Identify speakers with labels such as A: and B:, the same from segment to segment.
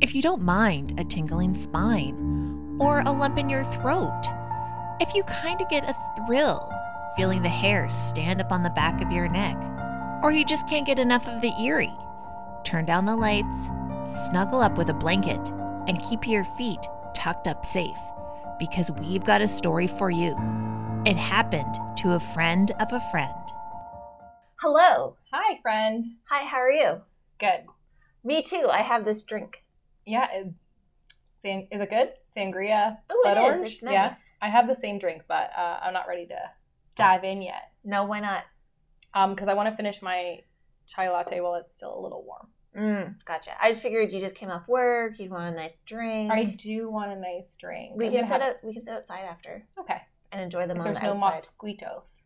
A: if you don't mind a tingling spine or a lump in your throat, if you kind of get a thrill feeling the hair stand up on the back of your neck, or you just can't get enough of the eerie, turn down the lights, snuggle up with a blanket, and keep your feet tucked up safe because we've got a story for you. It happened to a friend of a friend.
B: Hello.
C: Hi, friend.
B: Hi, how are you?
C: Good.
B: Me too. I have this drink.
C: Yeah. It, san- is it good? Sangria.
B: Ooh, it
C: blood
B: is.
C: orange?
B: It's nice.
C: Yeah. I have the same drink, but uh, I'm not ready to dive in yet.
B: No, why not?
C: Um, because I want to finish my chai latte while it's still a little warm.
B: Mm, gotcha. I just figured you just came off work. You'd want a nice drink.
C: I do want a nice drink.
B: Mm. we
C: I'm
B: can
C: gonna
B: sit
C: have-
B: out, we can sit outside after
C: Okay.
B: and enjoy them
C: If
B: on
C: there's
B: the
C: no
B: outside.
C: mosquitoes.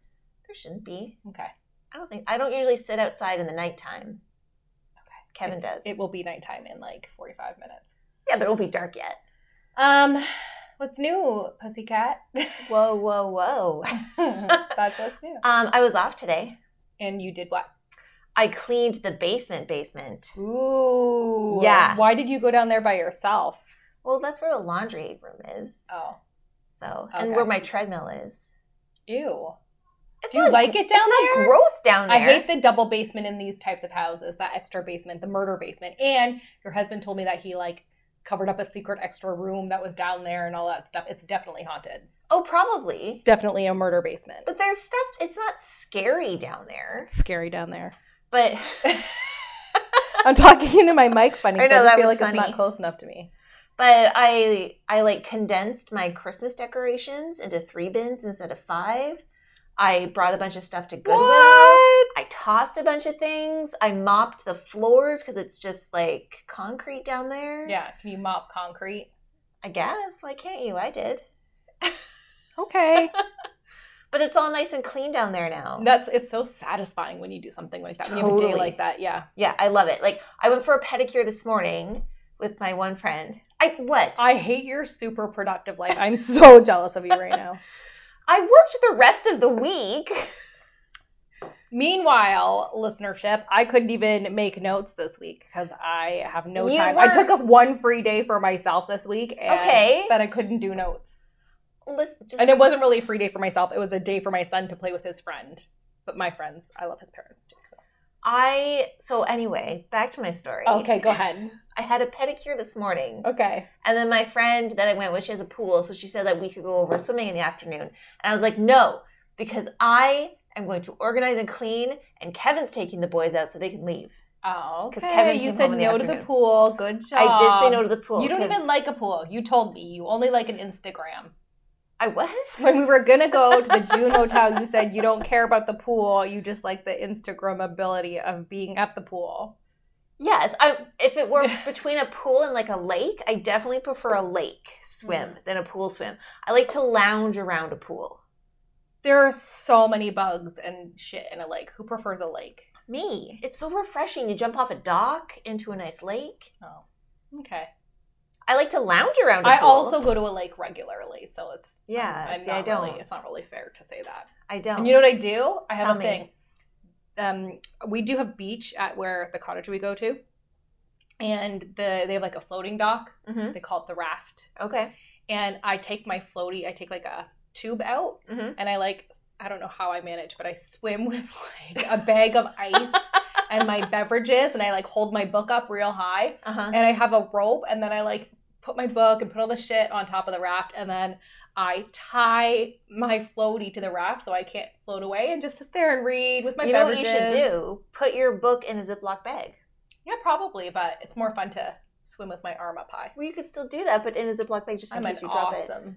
B: There shouldn't be.
C: Okay.
B: I don't think I don't usually sit outside in the nighttime. Okay. Kevin
C: It's-
B: does.
C: It will be nighttime in like 45 minutes.
B: Yeah, but it won't be dark yet.
C: Um, what's new, pussycat?
B: Whoa, whoa, whoa.
C: That's what's new.
B: Um, I was off today.
C: And you did what?
B: I cleaned the basement basement.
C: Ooh.
B: Yeah.
C: Why did you go down there by yourself?
B: Well, that's where the laundry room is.
C: Oh.
B: So and
C: Okay.
B: where my treadmill is.
C: Ew.
B: It's
C: Do you like it down
B: it's
C: there?
B: not gross down there.
C: I hate the double basement in these types of houses, that extra basement, the murder basement. And your husband told me that he like covered up a secret extra room that was down there and all that stuff. It's definitely haunted.
B: Oh, probably.
C: Definitely a murder basement.
B: But there's stuff. It's not scary down there.
C: scary down there.
B: But
C: I'm talking into my mic funny,
B: I
C: so I
B: know,
C: just
B: that
C: feel
B: was
C: like it's
B: funny.
C: not close enough to me.
B: but I I like condensed my Christmas decorations into three bins instead of five. I brought a bunch of stuff to Goodwill. I tossed a bunch of things. I mopped the floors because it's just like concrete down there.
C: Yeah, can you mop concrete?
B: I guess. Why can't you? I did.
C: Okay.
B: But it's all nice and clean down there now.
C: That's it's so satisfying when you do something like that. When you have a
B: Totally.
C: day like that, yeah.
B: Yeah, I love it. Like I went for a pedicure this morning with my one friend. I what?
C: I hate your super productive life. I'm so jealous of you right now.
B: I worked the rest of the week.
C: Meanwhile, listenership, I couldn't even make notes this week because I have no
B: You
C: time. I
B: were-
C: took off one free day for myself this week, and
B: Okay.
C: that I couldn't do notes.
B: Listen, just,
C: And it wasn't really a free day for myself; it was a day for my son to play with his friend. But my friends, I love his parents too. so.
B: I so anyway, back to my story.
C: Okay, go ahead.
B: I had a pedicure this morning,
C: Okay,
B: and then my friend that I went with, she has a pool, so she said that we could go over swimming in the afternoon, and I was like, no, because I am going to organize and clean, and Kevin's taking the boys out so they can leave.
C: oh,
B: 'Cause
C: okay.
B: Kevin
C: you
B: came
C: said
B: home in the
C: no to the
B: afternoon.
C: pool. Good job.
B: I did say no to the pool.
C: You don't
B: 'cause
C: even like a pool. You told me you only like an Instagram.
B: I what?
C: when we were gonna go to the June hotel, you said you don't care about the pool. You just like the Instagram ability of being at the pool.
B: Yes, I, if it were between a pool and like a lake, I definitely prefer a lake swim
C: Mm.
B: than a pool swim. I like to lounge around a pool.
C: There are so many bugs and shit in a lake. Who prefers a lake?
B: Me, it's so refreshing. You jump off a dock into a nice lake.
C: Oh, okay.
B: I like to lounge around. A
C: I
B: pool.
C: also go to a lake regularly, so it's
B: Yeah,
C: I'm
B: see, I
C: not really-
B: don't.
C: It's not really fair to say that.
B: I don't.
C: And you know what I do? I have
B: Tell
C: a
B: me.
C: thing. Um, we do have beach at where the cottage we go to, and the they have like a floating dock.
B: Mhm.
C: They call it the raft.
B: Okay.
C: and I take my floaty, I take like a tube out,
B: Mhm.
C: and I like, I don't know how I manage, but I swim with like a bag of ice and my beverages, and I like hold my book up real high,
B: Uh huh.
C: and I have a rope, and then I like put my book and put all the shit on top of the raft, and then I tie my floaty to the raft so I can't float away and just sit there and read with my
B: You know what
C: beverages.
B: you should do? Put your book in a Ziploc bag.
C: Yeah, probably, but it's more fun to swim with my arm up high.
B: Well, you could still do that, but in a Ziploc bag just in
C: I'm an
B: case you drop it.
C: awesome,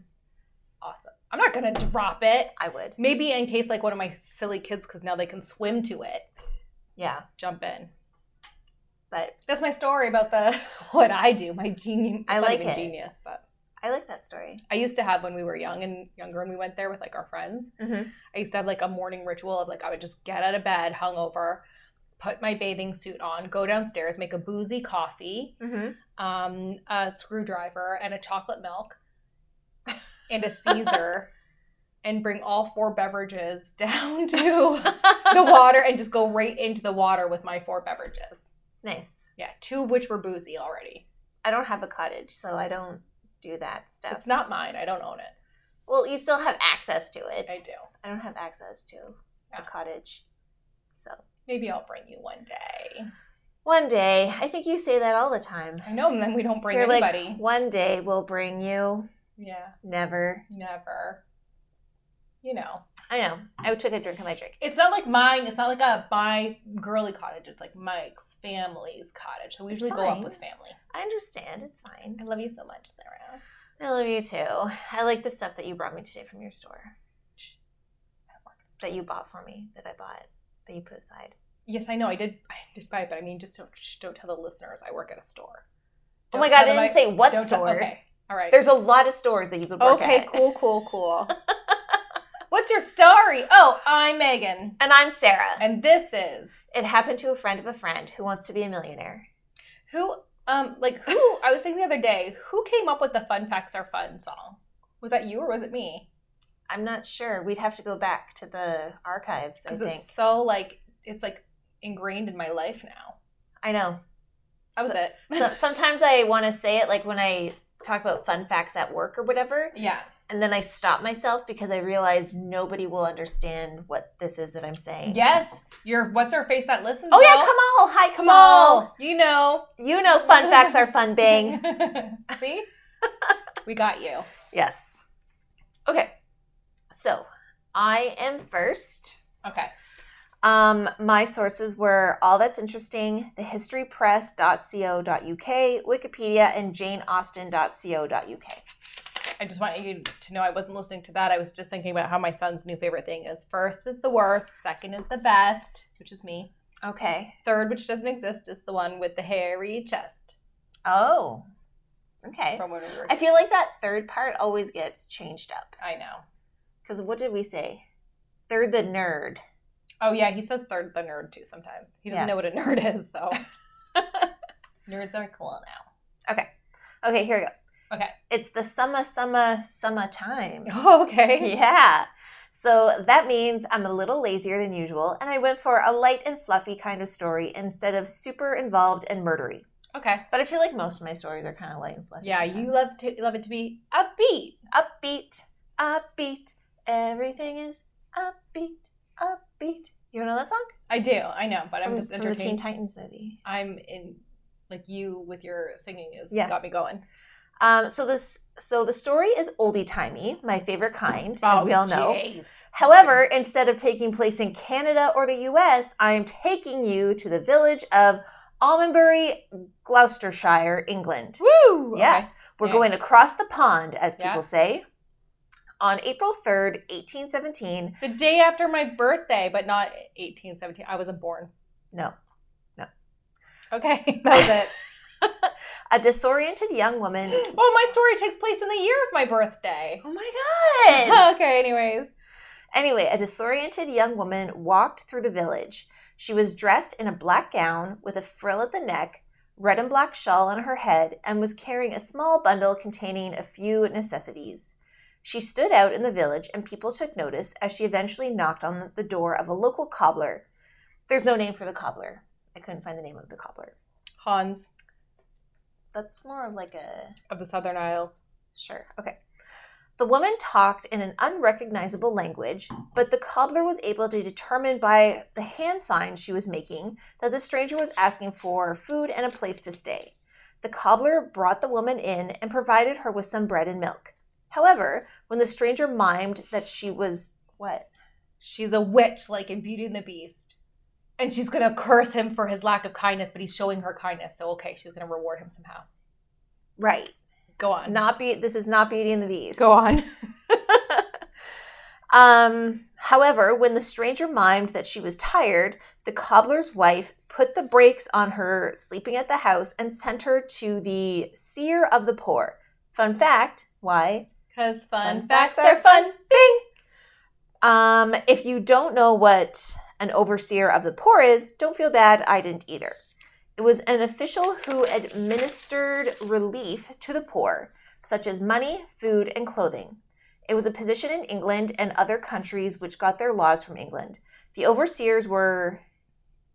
C: awesome. I'm not gonna drop it.
B: I would.
C: Maybe in case like one of my silly kids, because now they can swim to it,
B: Yeah,
C: jump in.
B: but
C: That's my story about the what I do. My genius.
B: I
C: it's not
B: like
C: even
B: it.
C: Genius, but
B: I like that story.
C: I used to have when we were young and younger, and we went there with like our friends.
B: Mhm.
C: I used to have like a morning ritual of like I would just get out of bed, hungover, put my bathing suit on, go downstairs, make a boozy coffee,
B: Mm-hmm.
C: um, a screwdriver, and a chocolate milk, and a Caesar, and bring all four beverages down to the water and just go right into the water with my four beverages.
B: nice.
C: Yeah, two of which were boozy already.
B: I don't have a cottage, so I don't do that stuff.
C: It's not mine. I don't own it.
B: well, you still have access to it.
C: I do.
B: I don't have access to
C: Yeah.
B: a cottage. So
C: Maybe I'll bring you one day.
B: one day, I think you say that all the time.
C: I know, and then we don't bring
B: You're
C: anybody.
B: like, one day we'll bring you.
C: yeah,
B: Never.
C: never. You know,
B: I know. I took a drink of my drink.
C: it's not like mine. It's not like a my girly cottage. It's like Mike's family's cottage. So we
B: It's
C: usually go up
B: fine.
C: with family.
B: I understand. It's fine.
C: I love you so much, Sarah.
B: I love you too. I like the stuff that you brought me today from your store that you bought for me, that I bought, that you put aside. Oh
C: Yes, I know. I did. I did buy it, but I mean, just don't shh, don't tell the listeners I work at a
B: Oh
C: store. Don't
B: my god, I
C: tell them
B: didn't say what
C: don't tell-
B: store.
C: okay, all right.
B: There's a lot of stores that you could work
C: okay,
B: at.
C: cool, cool, cool. What's your story? Oh, I'm Megan,
B: And I'm Sarah.
C: and this is
B: it happened to a friend of a friend who wants to be a millionaire.
C: who. Um, like who? I was thinking the other day, who came up with the "Fun Facts Are Fun" song? Was that you or was it me?
B: I'm not sure. We'd have to go back to the archives, I
C: Because
B: think.
C: it's so like it's like ingrained in my life now.
B: I know.
C: That was
B: So-
C: it.
B: So, sometimes I want to say it like when I talk about fun facts at work or whatever,
C: yeah,
B: and then I stop myself because I realize nobody will understand what this is that I'm saying.
C: yes. Your what's her face that listens?
B: Oh, yeah,
C: though?
B: Kamal. Hi,
C: Come
B: Kamal.
C: on, you know.
B: You know fun facts are fun, bang.
C: See? we got you.
B: yes. Okay. So I am first.
C: Okay.
B: Um, my sources were All That's Interesting, thehistorypress.co.uk, Wikipedia, and janeausten.co.uk.
C: I just want you to know I wasn't listening to that. I was just thinking about how my son's new favorite thing is first is the worst, second is the best, which is me.
B: Okay.
C: Third, which doesn't exist, is the one with the hairy chest.
B: Oh. Okay.
C: From when we were
B: I feel like that third part always gets changed up.
C: I know.
B: Because what did we say? They're the nerd.
C: Oh yeah, he says third the nerd too sometimes. He doesn't
B: Yeah.
C: know what a nerd is, so nerds are cool now.
B: Okay, here we go.
C: Okay. Oh.
B: It's the summer, summer, summertime.
C: okay.
B: yeah. So that means I'm a little lazier than usual, and I went for a light and fluffy kind of story instead of super involved and murdery.
C: Okay.
B: But I feel like most of my stories are kind of light and fluffy.
C: Yeah, you
B: sometimes.
C: love to love it to be upbeat.
B: upbeat, upbeat. Everything is upbeat, upbeat. You know that song?
C: I do, I know, but I'm
B: from,
C: just
B: from the Teen
C: entertained.
B: Titans movie.
C: I'm in like you with your singing is
B: Yeah.
C: got me going.
B: Um, so this, so the story is oldie timey, my favorite kind, as we all know.
C: Oh, jeez.
B: However, instead of taking place in Canada or the US, I am taking you to the village of Almondbury, Gloucestershire, England.
C: woo.
B: Yeah.
C: Okay.
B: We're
C: Yeah.
B: going across the pond, as people
C: Yeah.
B: say. On April 3rd, 1817,
C: The day after my birthday, but not 1817. I wasn't born.
B: no,
C: Okay, that
B: a disoriented young woman.
C: was it. oh, my story takes place in the year of my birthday.
B: Oh my God!
C: okay, anyways.
B: Anyway, a disoriented young woman walked through the village. She was dressed in a black gown with a frill at the neck, red and black shawl on her head, and was carrying a small bundle containing a few necessities. She stood out in the village, and people took notice as she eventually knocked on the door of a local cobbler. There's no name for the cobbler. I couldn't find the name of the cobbler.
C: Hans
B: That's more of like a
C: of the Southern Isles.
B: Sure. Okay. The woman talked in an unrecognizable language, but the cobbler was able to determine by the hand signs she was making that the stranger was asking for food and a place to stay. The cobbler brought the woman in and provided her with some bread and milk. However, when the stranger mimed that she was what?
C: She's a witch, like in Beauty and the Beast. And she's going to curse him for his lack of kindness, but he's showing her kindness. So, okay, she's going to reward him somehow.
B: Right.
C: Go on.
B: Not be this is not Beauty and the Beast.
C: Go on.
B: um, however, when the stranger mimed that she was tired, the cobbler's wife put the brakes on her sleeping at the house and sent her to the seer of the poor. Fun fact, why?
C: Because fun,
B: Fun
C: facts,
B: facts
C: are
B: are
C: fun.
B: Bing! Um, if you don't know what an overseer of the poor is, don't feel bad, I didn't either. It was an official who administered relief to the poor, such as money, food, and clothing. It was a position in England and other countries which got their laws from England. The overseers were,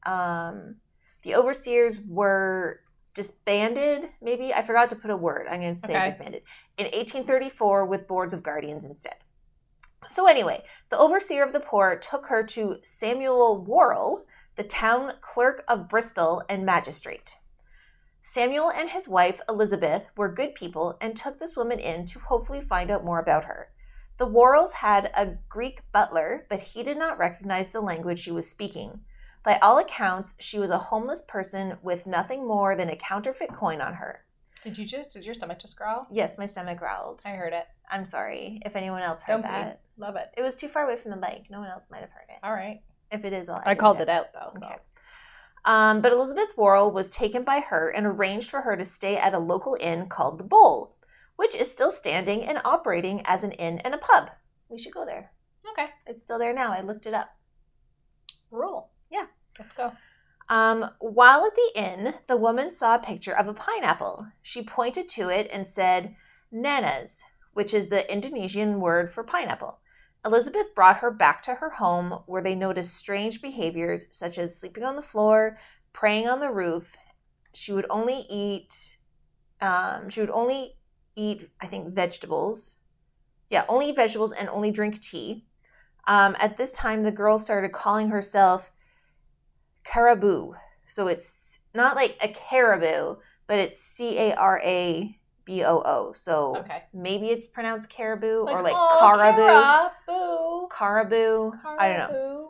B: um, the overseers were disbanded, maybe? I forgot to put a word. I'm going to say
C: Okay.
B: disbanded. In 1834 with boards of guardians instead. So, anyway, the overseer of the poor took her to Samuel Worrell, the town clerk of Bristol and magistrate. Samuel and his wife, Elizabeth, were good people and took this woman in to hopefully find out more about her. The Worrells had a Greek butler, but he did not recognize the language she was speaking. By all accounts, she was a homeless person with nothing more than a counterfeit coin on her.
C: Did you just? Did your stomach just growl?
B: Yes, my stomach growled.
C: I heard it.
B: I'm sorry if anyone else heard
C: Don't
B: that.
C: bleed. Love it.
B: It was too far away from the mic. No one else might have heard it.
C: All right.
B: If it is, I'll
C: I
B: edit
C: called it out though. So
B: Okay. Um, but Elizabeth Worrell was taken by her and arranged for her to stay at a local inn called The Bull, which is still standing and operating as an inn and a pub. We should go there.
C: okay.
B: It's still there now. I looked it up.
C: Rule.
B: Yeah.
C: Let's go.
B: Um, while at the inn, the woman saw a picture of a pineapple. She pointed to it and said, Nanas, which is the Indonesian word for pineapple. Elizabeth brought her back to her home where they noticed strange behaviors such as sleeping on the floor, praying on the roof. She would only eat, um, she would only eat, I think, vegetables. Yeah, only eat vegetables and only drink tea. Um, at this time, the girl started calling herself caribou. So it's not like a caribou, but it's C A R A B O O. So
C: Okay.
B: maybe it's pronounced caribou or like
C: "Aw,
B: caribou.
C: Cara, boo.
B: Caribou. I don't know.
C: Caribou.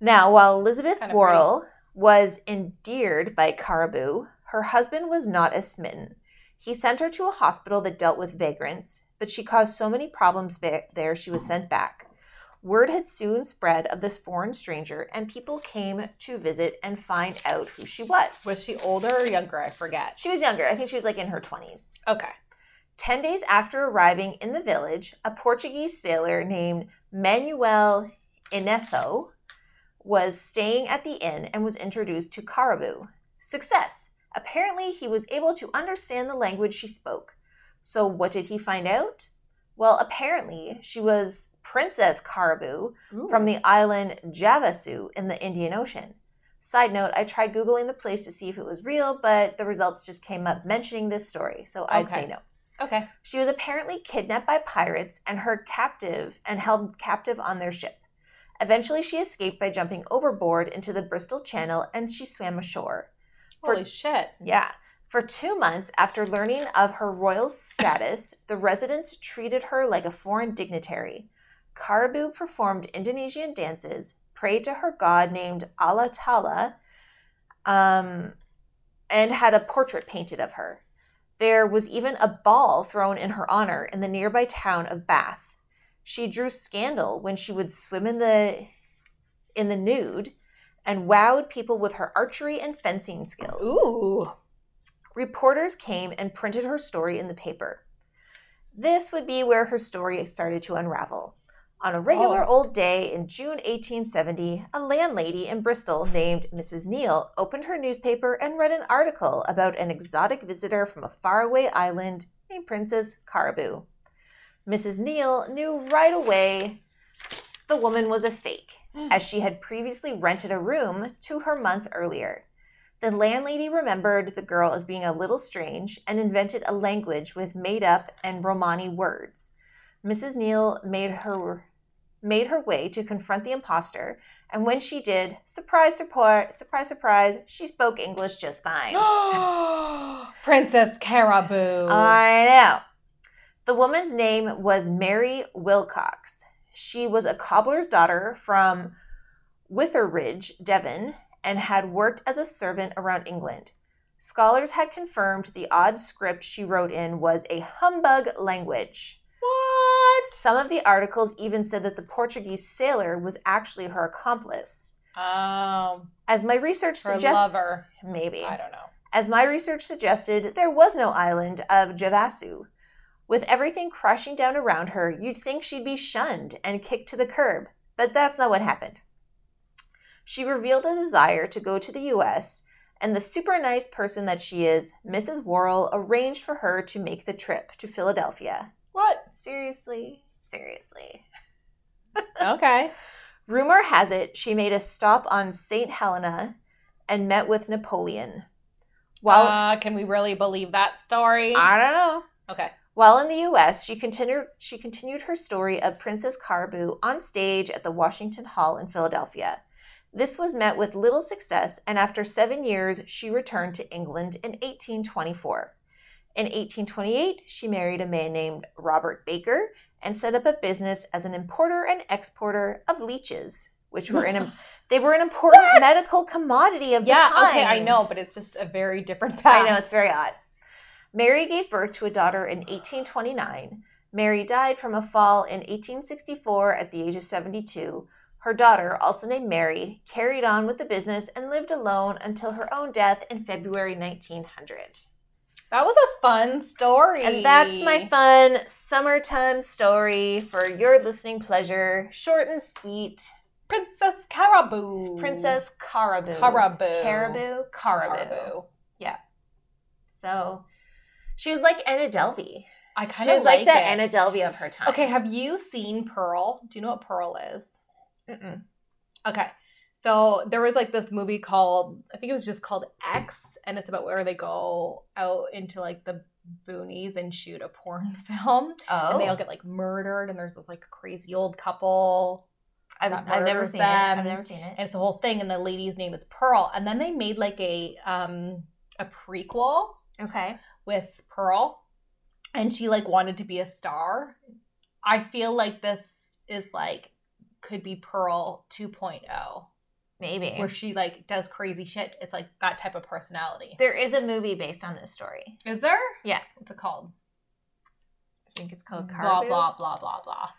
B: Now, while Elizabeth
C: Kinda
B: Worrell was endeared by Caribou, her husband was not as smitten. He sent her to a hospital that dealt with vagrants, but she caused so many problems ba- there she was sent back. Word had soon spread of this foreign stranger, and people came to visit and find out who she was.
C: Was she older or younger? I forget.
B: She was younger. I think she was like in her 20s.
C: Okay.
B: Ten days after arriving in the village, a Portuguese sailor named Manuel Ineso was staying at the inn and was introduced to Caribou. Success! Apparently, he was able to understand the language she spoke. So, what did he find out? Well, apparently, she was Princess Caribou from the island Javasu in the Indian Ocean. Side note, I tried Googling the place to see if it was real, but the results just came up mentioning this story, so I'd say
C: Okay.
B: no.
C: Okay.
B: She was apparently kidnapped by pirates and her captive and held captive on their ship. Eventually, she escaped by jumping overboard into the Bristol Channel and she swam ashore. For-
C: Holy shit.
B: Yeah. For two months after learning of her royal status, the residents treated her like a foreign dignitary. Caribou performed Indonesian dances, prayed to her god named Allah Tala, um, and had a portrait painted of her. There was even a ball thrown in her honor in the nearby town of Bath. She drew scandal when she would swim in the in the nude and wowed people with her archery and fencing skills.
C: Ooh.
B: Reporters came and printed her story in the paper. This would be where her story started to unravel. On a regular
C: Oh.
B: old day in June 1870, a landlady in Bristol named Mrs. Neal opened her newspaper and read an article about an exotic visitor from a faraway island named Princess Caribou. Mrs. Neal knew right away the woman was a fake, as she had previously rented a room to her months earlier. The landlady remembered the girl as being a little strange and invented a language with made up and Romani words. Mrs. Neal made her made her way to confront the imposter, and when she did, surprise, surprise, surprise, surprise, she spoke English just fine.
C: Princess Caribou.
B: I know. The woman's name was Mary Wilcox. She was a cobbler's daughter from Witheridge, Devon, and had worked as a servant around England. Scholars had confirmed the odd script she wrote in was a humbug language.
C: what?
B: Some of the articles even said that the Portuguese sailor was actually her accomplice.
C: Um,
B: As my research
C: her
B: suggests,
C: lover.
B: maybe.
C: I don't know.
B: As my research suggested, there was no island of Javasu. With everything crashing down around her, you'd think she'd be shunned and kicked to the curb, but that's not what happened. She revealed a desire to go to the US, and the super nice person that she is, Mrs. Worrell, arranged for her to make the trip to Philadelphia.
C: What?
B: Seriously? Seriously.
C: Okay.
B: Rumor has it she made a stop on St. Helena and met with Napoleon. While
C: uh, can we really believe that story?
B: I don't know.
C: okay.
B: While in the U.S., she continued she continued her story of Princess Caribou on stage at the Washington Hall in Philadelphia. This was met with little success, and after seven years, she returned to England in 1824. In 1828, she married a man named Robert Baker and set up a business as an importer and exporter of leeches, which were an they were an important
C: What?
B: medical commodity of the
C: Yeah.
B: time.
C: Okay. I know, but it's just a very different
B: I
C: path.
B: know, it's very odd. Mary gave birth to a daughter in 1829. Mary died from a fall in 1864 at the age of 72. Her daughter, also named Mary, carried on with the business and lived alone until her own death in February 1900.
C: That was a fun story.
B: And that's my fun summertime story for your listening pleasure. Short and sweet.
C: Princess Caribou.
B: Princess Caribou.
C: Caribou.
B: Caribou. Caribou.
C: Caribou.
B: So she was like Anna Delvey.
C: I kind
B: She
C: of
B: was like,
C: like,
B: the
C: it.
B: Anna Delvey of her time.
C: Okay, have you seen Pearl? Do you know what Pearl is?
B: Mm-mm.
C: Okay. So there was like this movie called I think it was just called X and it's about where they go out into like the boonies and shoot a porn film.
B: Oh,
C: And they all get like murdered and there's this like crazy old couple
B: I've,
C: that
B: I've never
C: murders
B: seen it. I've
C: them.
B: never seen it.
C: and it's a whole thing and the lady's name is Pearl and then they made like a um a prequel
B: Okay.
C: with Pearl and she like wanted to be a star. I feel like this is like could be Pearl 2.0
B: Maybe.
C: where she like does crazy shit. It's like that type of personality.
B: There is a movie based on this story.
C: Is there?
B: Yeah.
C: What's it called?
B: I think it's called
C: Blah
B: Caribou.
C: blah blah blah blah.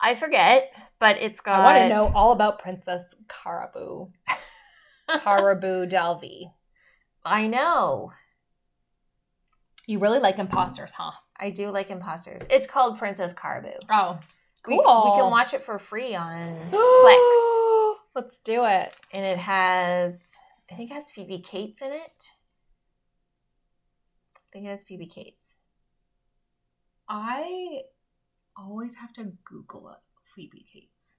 B: I forget, but it's got.
C: I want to know all about Princess Caribou. Caribou Delvey.
B: I know.
C: You really like imposters, huh?
B: I do like imposters. It's called Princess Caribou.
C: Oh,
B: We,
C: cool.
B: we can watch it for free on Plex,
C: Let's do it.
B: and it has. I think it has Phoebe Cates in it. I think it has Phoebe Cates.
C: I always have to Google it. Phoebe Cates.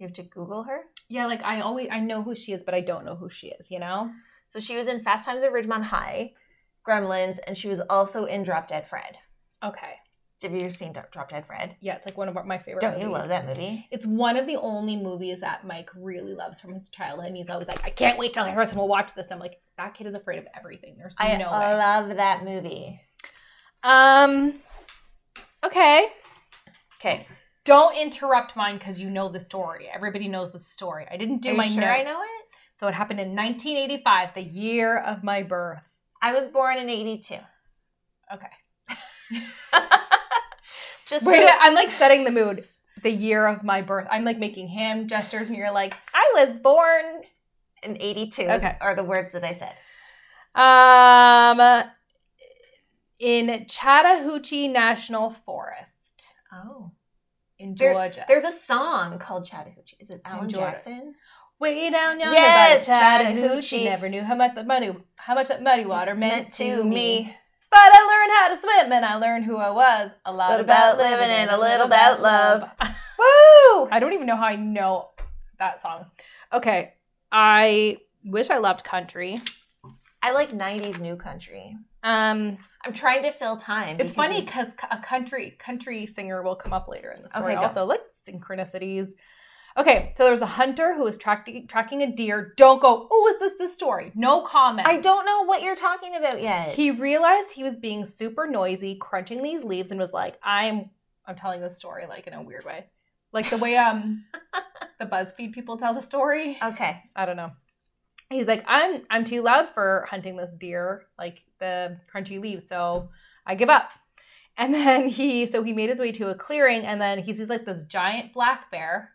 B: You have to Google her.
C: Yeah, like I always I know who she is, but I don't know who she is. You know.
B: So she was in Fast Times at Ridgemont High, Gremlins, and she was also in Drop Dead Fred.
C: Okay.
B: Have you ever seen Dro- Drop Dead Fred?
C: Yeah, it's like one of my favorite.
B: Don't you
C: movies.
B: love that movie?
C: It's one of the only movies that Mike really loves from his childhood. And he's always like, I can't wait till Harrison will watch this. And I'm like, that kid is afraid of everything. There's
B: I
C: no way.
B: love that movie.
C: Um, okay.
B: Okay,
C: Don't interrupt mine because you know the story. Everybody knows the story. I didn't do
B: do Are
C: my
B: you sure
C: notes.
B: I know it?
C: So it happened in 1985, the year of my birth.
B: I was born in '82.
C: Okay.
B: Just
C: Wait,
B: so,
C: I'm like setting the mood. The year of my birth. I'm like making hand gestures, and you're like, I was born
B: in '82
C: Okay.
B: are the words that I said.
C: Um, in Chattahoochee National Forest
B: Oh,
C: in
B: There-
C: Georgia.
B: there's a song called Chattahoochee. Is it Alan
C: Georgia.
B: Jackson?
C: Way down yonder
B: Yes,
C: by the Chattahoochee.
B: Chattahoochee.
C: Never knew how much that muddy how much that muddy water meant,
B: Meant
C: to me. But I learned how to swim, and I learned who I was. A lot
B: Little
C: about,
B: about
C: living and a little
B: about
C: about love.
B: Woo!
C: I don't even know how I know that song. Okay, I wish I loved country.
B: I like '90s new country.
C: Um,
B: I'm trying to fill time. because
C: It's funny
B: you-
C: because a country country singer will come up later in the story.
B: Okay, go.
C: also, like synchronicities. Okay, so there's a hunter who is tracking tracking a deer. Don't go. Oh, is this the story? No comment.
B: I don't know what you're talking about yet.
C: He realized he was being super noisy, crunching these leaves, and was like, "I'm I'm telling this story like in a weird way, like the way um the BuzzFeed people tell the story.
B: okay.
C: I don't know." He's like, "I'm I'm too loud for hunting this deer, like the crunchy leaves, so I give up." And then he so he made his way to a clearing, and then he sees like this giant black bear,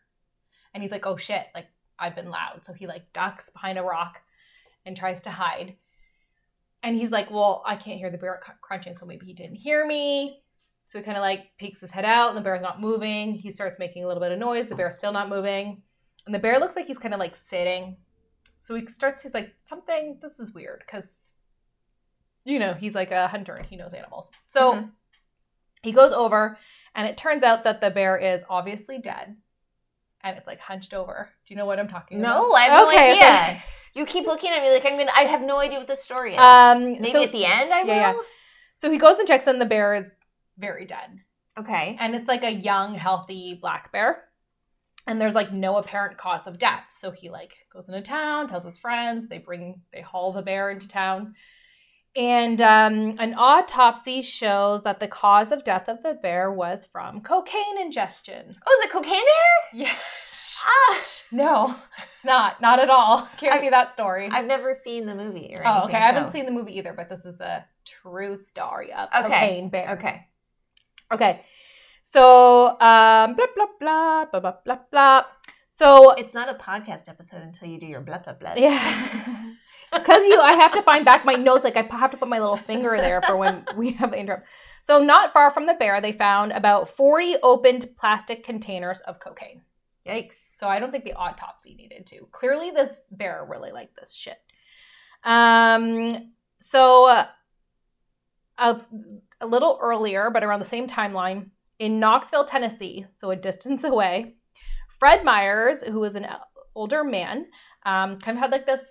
C: and he's like, "Oh shit! Like I've been loud." So he like ducks behind a rock and tries to hide. And he's like, "Well, I can't hear the bear cr- crunching, so maybe he didn't hear me." So he kind of like peeks his head out, and the bear's not moving. He starts making a little bit of noise. The bear's still not moving, and the bear looks like he's kind of like sitting. So he starts. He's like, "Something. This is weird," because you know he's like a hunter and he knows animals. So
B: Mhm.
C: he goes over, and it turns out that the bear is obviously dead, and it's like hunched over. Do you know what I'm talking about?
B: No, I have
C: Okay,
B: no idea.
C: okay.
B: You keep looking at me like I'm gonna. I have no idea what the story is.
C: Um,
B: Maybe
C: so-
B: at the end I will.
C: Yeah, So he goes and checks, and the bear is very dead.
B: Okay.
C: And it's like a young, healthy black bear. And there's like no apparent cause of death. So he like goes into town, tells his friends, they bring, they haul the bear into town. And um, an autopsy shows that the cause of death of the bear was from cocaine ingestion.
B: Oh, is it cocaine bear?
C: Yeah.
B: Ah,
C: No, it's not. Not at all. Can't
B: I-
C: be that story.
B: I've never seen the movie. Or
C: oh,
B: anything,
C: okay. I haven't
B: so-
C: seen the movie either, but this is the true story of
B: Okay.
C: cocaine bear.
B: Okay.
C: Okay. So, um, blah, blah, blah, blah, blah, blah, blah. So,
B: It's not a podcast episode until you do your blah blah blah.
C: yeah. Because you, I have to find back my notes. Like, I have to put my little finger there for when we have an interrupt. So, not far from the bear, they found about 40 opened plastic containers of cocaine.
B: Yikes.
C: So, I don't think the autopsy needed to. Clearly, this bear really liked this shit. Um, so, uh, a, a little earlier, but around the same timeline, in Knoxville, Tennessee, so a distance away, Fred Myers, who was an uh, older man, um, kind of had like this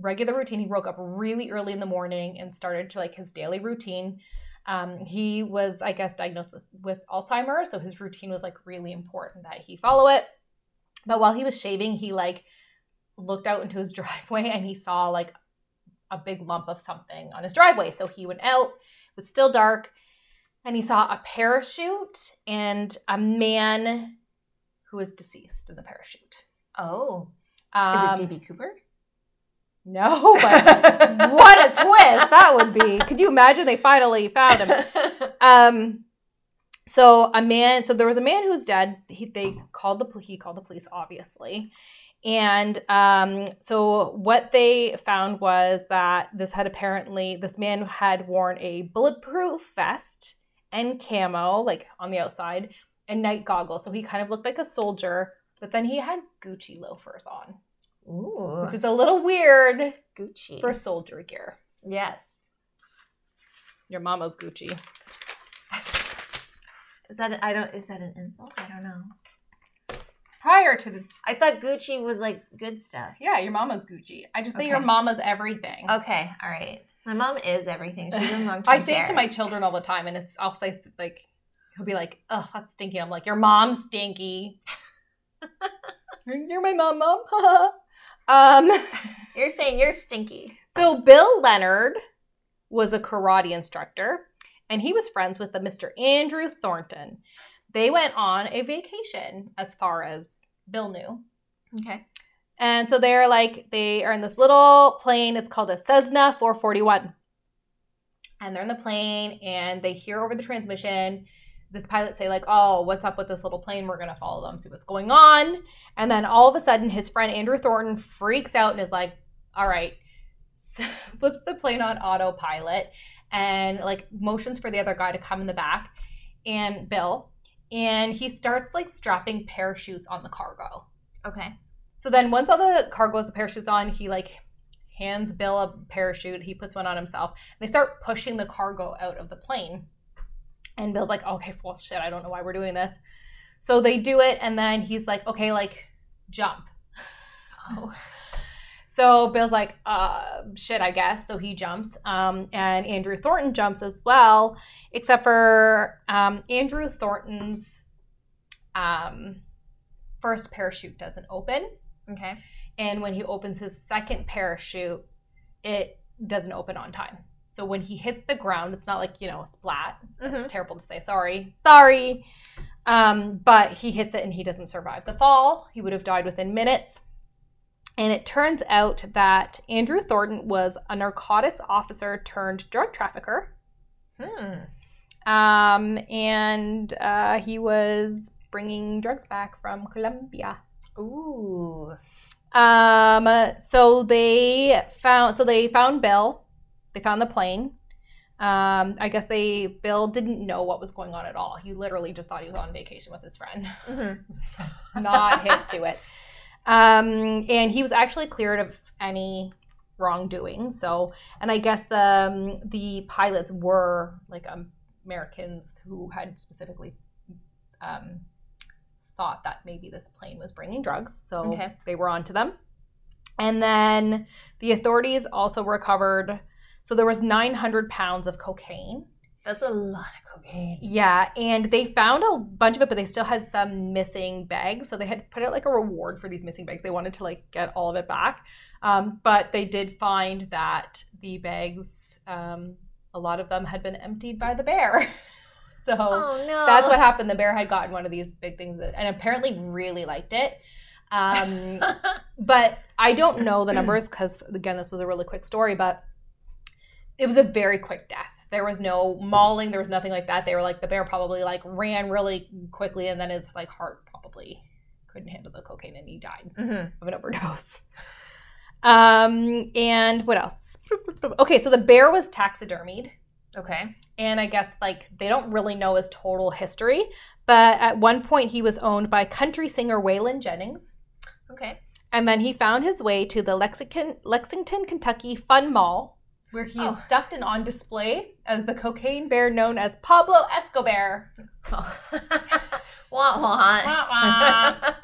C: regular routine. He woke up really early in the morning and started to like his daily routine. Um, he was, I guess, diagnosed with, with Alzheimer's, so his routine was like really important that he follow it. But while he was shaving, he like looked out into his driveway and he saw like a big lump of something on his driveway. So he went out. It was still dark, and he saw a parachute and a man who was deceased in the parachute.
B: Oh, is
C: Um,
B: it DB Cooper?
C: no, but what a twist that would be. Could you imagine they finally found him? Um, so a man, so there was a man who was dead. He, they called the pol- he called the police, obviously, and um, so what they found was that this had apparently this man had worn a bulletproof vest and camo, like on the outside, and night goggles. So he kind of looked like a soldier, but then he had Gucci loafers on,
B: Ooh,
C: which is a little weird
B: Gucci.
C: for soldier gear.
B: yes.
C: Your mama's Gucci.
B: Is that I don't? Is that an insult? I don't know.
C: Prior to the
B: I thought Gucci was like good stuff.
C: Yeah, your mama's Gucci. I just say your
B: Okay. Oh,
C: mama's everything.
B: Okay, all right. My mom is everything. She's in long term
C: I say it to my children all the time, and it's I'll say like he'll be like, "Oh, that's stinky." I'm like, "Your mom's stinky." You're my mom, mom. um,
B: You're saying you're stinky.
C: so Bill Leonard was a karate instructor, and he was friends with a Mr. Andrew Thornton. They went on a vacation, as far as Bill knew.
B: Okay.
C: And so they're like, they are in this little plane. It's called a Cessna 441. And they're in the plane and they hear over the transmission this pilot say, like, oh, what's up with this little plane? We're going to follow them, see what's going on. And then all of a sudden, his friend Andrew Thornton freaks out and is like, all right, flips the plane on autopilot and like motions for the other guy to come in the back and Bill. And he starts like strapping parachutes on the cargo.
B: Okay.
C: So then once all the cargo has the parachutes on, he like hands Bill a parachute. He puts one on himself. They start pushing the cargo out of the plane. And Bill's like, okay, well, shit, I don't know why we're doing this. So they do it, and then he's like, okay, like, jump.
B: Oh.
C: So Bill's like, uh, shit, I guess. So he jumps, um, and Andrew Thornton jumps as well, except for um, Andrew Thornton's um, first parachute doesn't open.
B: Okay.
C: And when he opens his second parachute, it doesn't open on time. So when he hits the ground, it's not like, you know, a splat.
B: Mhm.
C: It's terrible to say sorry. Sorry. Um, but he hits it and he doesn't survive the fall. He would have died within minutes. And it turns out that Andrew Thornton was a narcotics officer turned drug trafficker.
B: Hmm.
C: Um, and uh, he was bringing drugs back from Colombia.
B: Ooh.
C: Um, so they found so they found Bill. They found the plane. Um, I guess they Bill didn't know what was going on at all. He literally just thought he was on vacation with his friend.
B: Mhm.
C: Not hit to it. Um, and he was actually cleared of any wrongdoing. So, and I guess the um, the pilots were like um, Americans who had specifically um, thought that maybe this plane was bringing drugs. So
B: Okay.
C: they were onto them. And then the authorities also recovered, so there was 900 pounds of cocaine.
B: That's a lot of cocaine.
C: Yeah, and they found a bunch of it, but they still had some missing bags. So they had put out like a reward for these missing bags. They wanted to like get all of it back, um, but they did find that the bags, um, a lot of them had been emptied by the bear. so
B: Oh no.
C: that's what happened. The bear had gotten one of these big things, that, and apparently really liked it. Um, but I don't know the numbers because again, this was a really quick story, but it was a very quick death. There was no mauling, there was nothing like that. They were like the bear probably like ran really quickly and then his like heart probably couldn't handle the cocaine and he died
B: Mhm.
C: of an overdose. Um and what else? Okay, so the bear was taxidermied
B: Okay.
C: and I guess like they don't really know his total history, but at one point he was owned by country singer Waylon Jennings.
B: Okay.
C: And then he found his way to the Lexington, Lexington, Kentucky Fun Mall, where he
B: Oh.
C: is stuffed and on display as the cocaine bear known as Pablo Escobar.
B: Oh. wah, wah.
C: Wah, wah.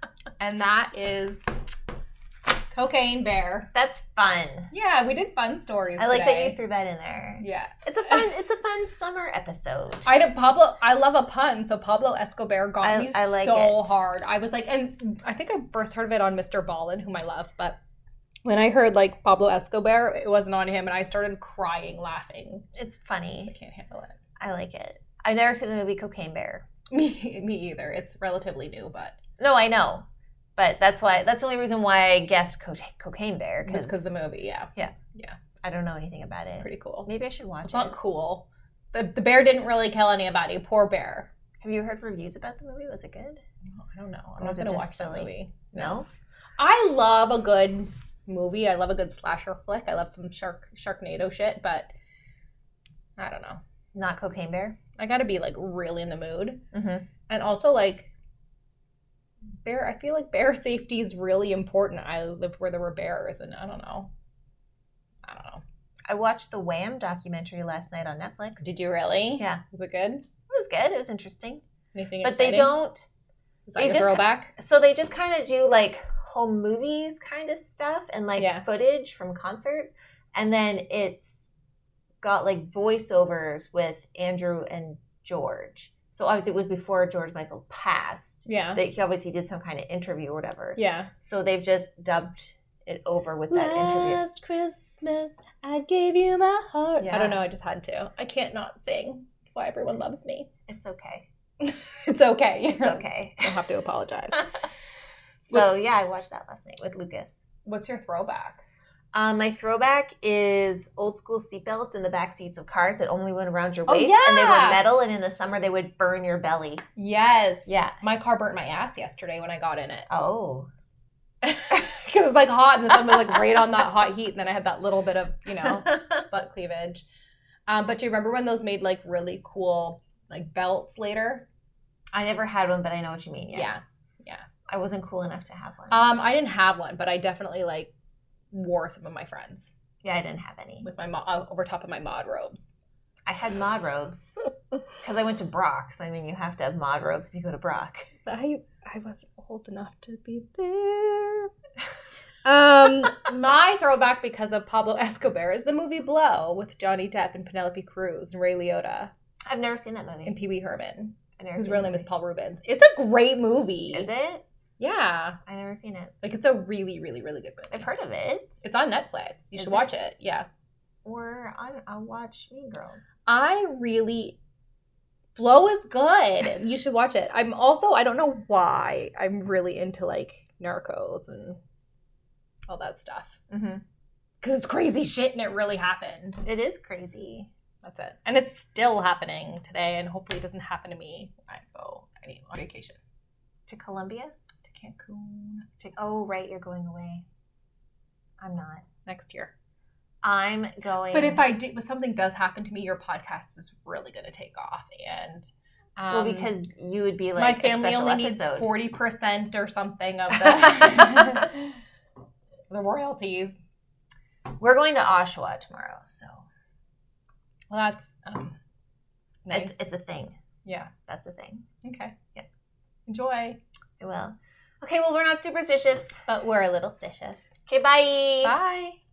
C: and that is Cocaine Bear.
B: That's fun.
C: Yeah, we did fun stories.
B: I like that
C: today.
B: you threw that in there.
C: Yeah,
B: It's a fun. It's a fun summer episode.
C: I did Pablo. I love a pun, so Pablo Escobar got
B: I-
C: me
B: I like
C: so
B: it.
C: hard. I was like, and I think I first heard of it on Mr. Ballin, whom I love, but when I heard like Pablo Escobar, it wasn't on him, and I started crying laughing.
B: It's
C: I
B: funny.
C: can't handle it.
B: I like it. I've never seen the movie Cocaine Bear.
C: Me, me either. It's relatively new, but
B: No, I know, but that's why. That's the only reason why I guessed co- Cocaine Bear
C: just because the movie, yeah,
B: I don't know anything about
C: it's
B: it.
C: pretty cool.
B: Maybe I should watch
C: It's
B: it.
C: not cool. The, the bear didn't really kill anybody. Poor bear.
B: Have you heard reviews about the movie? Was it good?
C: I don't know.
B: Or
C: I'm not
B: was it
C: gonna
B: just
C: watch that
B: silly?
C: movie.
B: No.
C: I love a good movie. I love a good slasher flick. I love some shark Sharknado shit, but I don't know.
B: Not Cocaine Bear.
C: I gotta be like really in the mood,
B: Mm-hmm.
C: and also like bear. I feel like bear safety is really important. I lived where there were bears, and I don't know. I don't know.
B: I watched the Wham documentary last night on Netflix.
C: Did you really?
B: Yeah.
C: Was it good?
B: It was good. It was interesting.
C: Anything?
B: But they
C: exciting?
B: don't.
C: Is that
B: they
C: your
B: just-
C: throwback?
B: So they just kind of do like home movies kind of stuff and like
C: Yeah.
B: footage from concerts, and then it's got like voiceovers with Andrew and George. So obviously it was before George Michael passed.
C: Yeah.
B: That he obviously did some kind of interview or whatever.
C: yeah.
B: So they've just dubbed it over with that interview.
C: Christmas, I gave you my heart.
B: Yeah.
C: I don't know. I just had to. I can't not sing. That's why everyone loves me.
B: It's okay.
C: It's okay.
B: It's okay.
C: I don't have to apologize.
B: so yeah, I watched that last night with Lucas.
C: What's your throwback?
B: Um, my throwback is old school seatbelts in the back seats of cars that only went around your
C: Oh,
B: waist, and they were
C: yeah.
B: metal. And in the summer, they would burn your belly.
C: Yes.
B: Yeah.
C: My car burnt my ass yesterday when I got in it
B: Oh.
C: because it was like hot and the sun was like right on that hot heat, and then I had that little bit of you know butt cleavage. Um, but do you remember when those made like really cool like belts later?
B: I never had one, but I know what you mean. Yes.
C: Yeah. Yeah.
B: I wasn't cool enough to have one.
C: Um, I didn't have one, but I definitely like wore some of my friends
B: yeah, I didn't have any.
C: with my mo- uh, over top of my mod robes.
B: I had mod robes because I went to Brock. So I mean, you have to have mod robes if you go to Brock.
C: I I wasn't old enough to be there. Um, my throwback because of Pablo Escobar is the movie Blow with Johnny Depp and Penelope Cruz and Ray Liotta
B: I've never seen that movie.
C: and Pee Wee Herman,
B: I never
C: whose
B: seen
C: real
B: that
C: name is
B: movie.
C: Paul Rubens. It's a great movie.
B: Is it?
C: Yeah,
B: I never seen it.
C: like it's a really, really, really good movie.
B: I've heard of it.
C: It's on Netflix. You
B: Is
C: should
B: it?
C: watch it. Yeah,
B: Or I, I'll watch Mean Girls.
C: I really. Blow is good. You should watch it. I'm also I don't know why I'm really into like Narcos and all that stuff
B: Mm-hmm.
C: because it's crazy shit and it really happened.
B: It is crazy.
C: That's it. And it's still happening today, and hopefully it doesn't happen to me. when I go I mean, on vacation
B: To Colombia?
C: to Cancun
B: To, oh, right, you're going away. I'm not.
C: next year.
B: I'm going.
C: But if I do, if something does happen to me, your podcast is really going to take off. And um,
B: well, because you would be
C: my
B: like a
C: family
B: special
C: only needs
B: episode.
C: forty percent or something of the the royalties.
B: We're going to Oshawa tomorrow, so
C: Well, that's um, nice.
B: it's it's a thing.
C: yeah.
B: That's a thing.
C: Okay.
B: Yeah.
C: Enjoy.
B: I will. Okay, well, we're not superstitious.
C: But we're a little stitious.
D: Okay, bye.
B: Bye.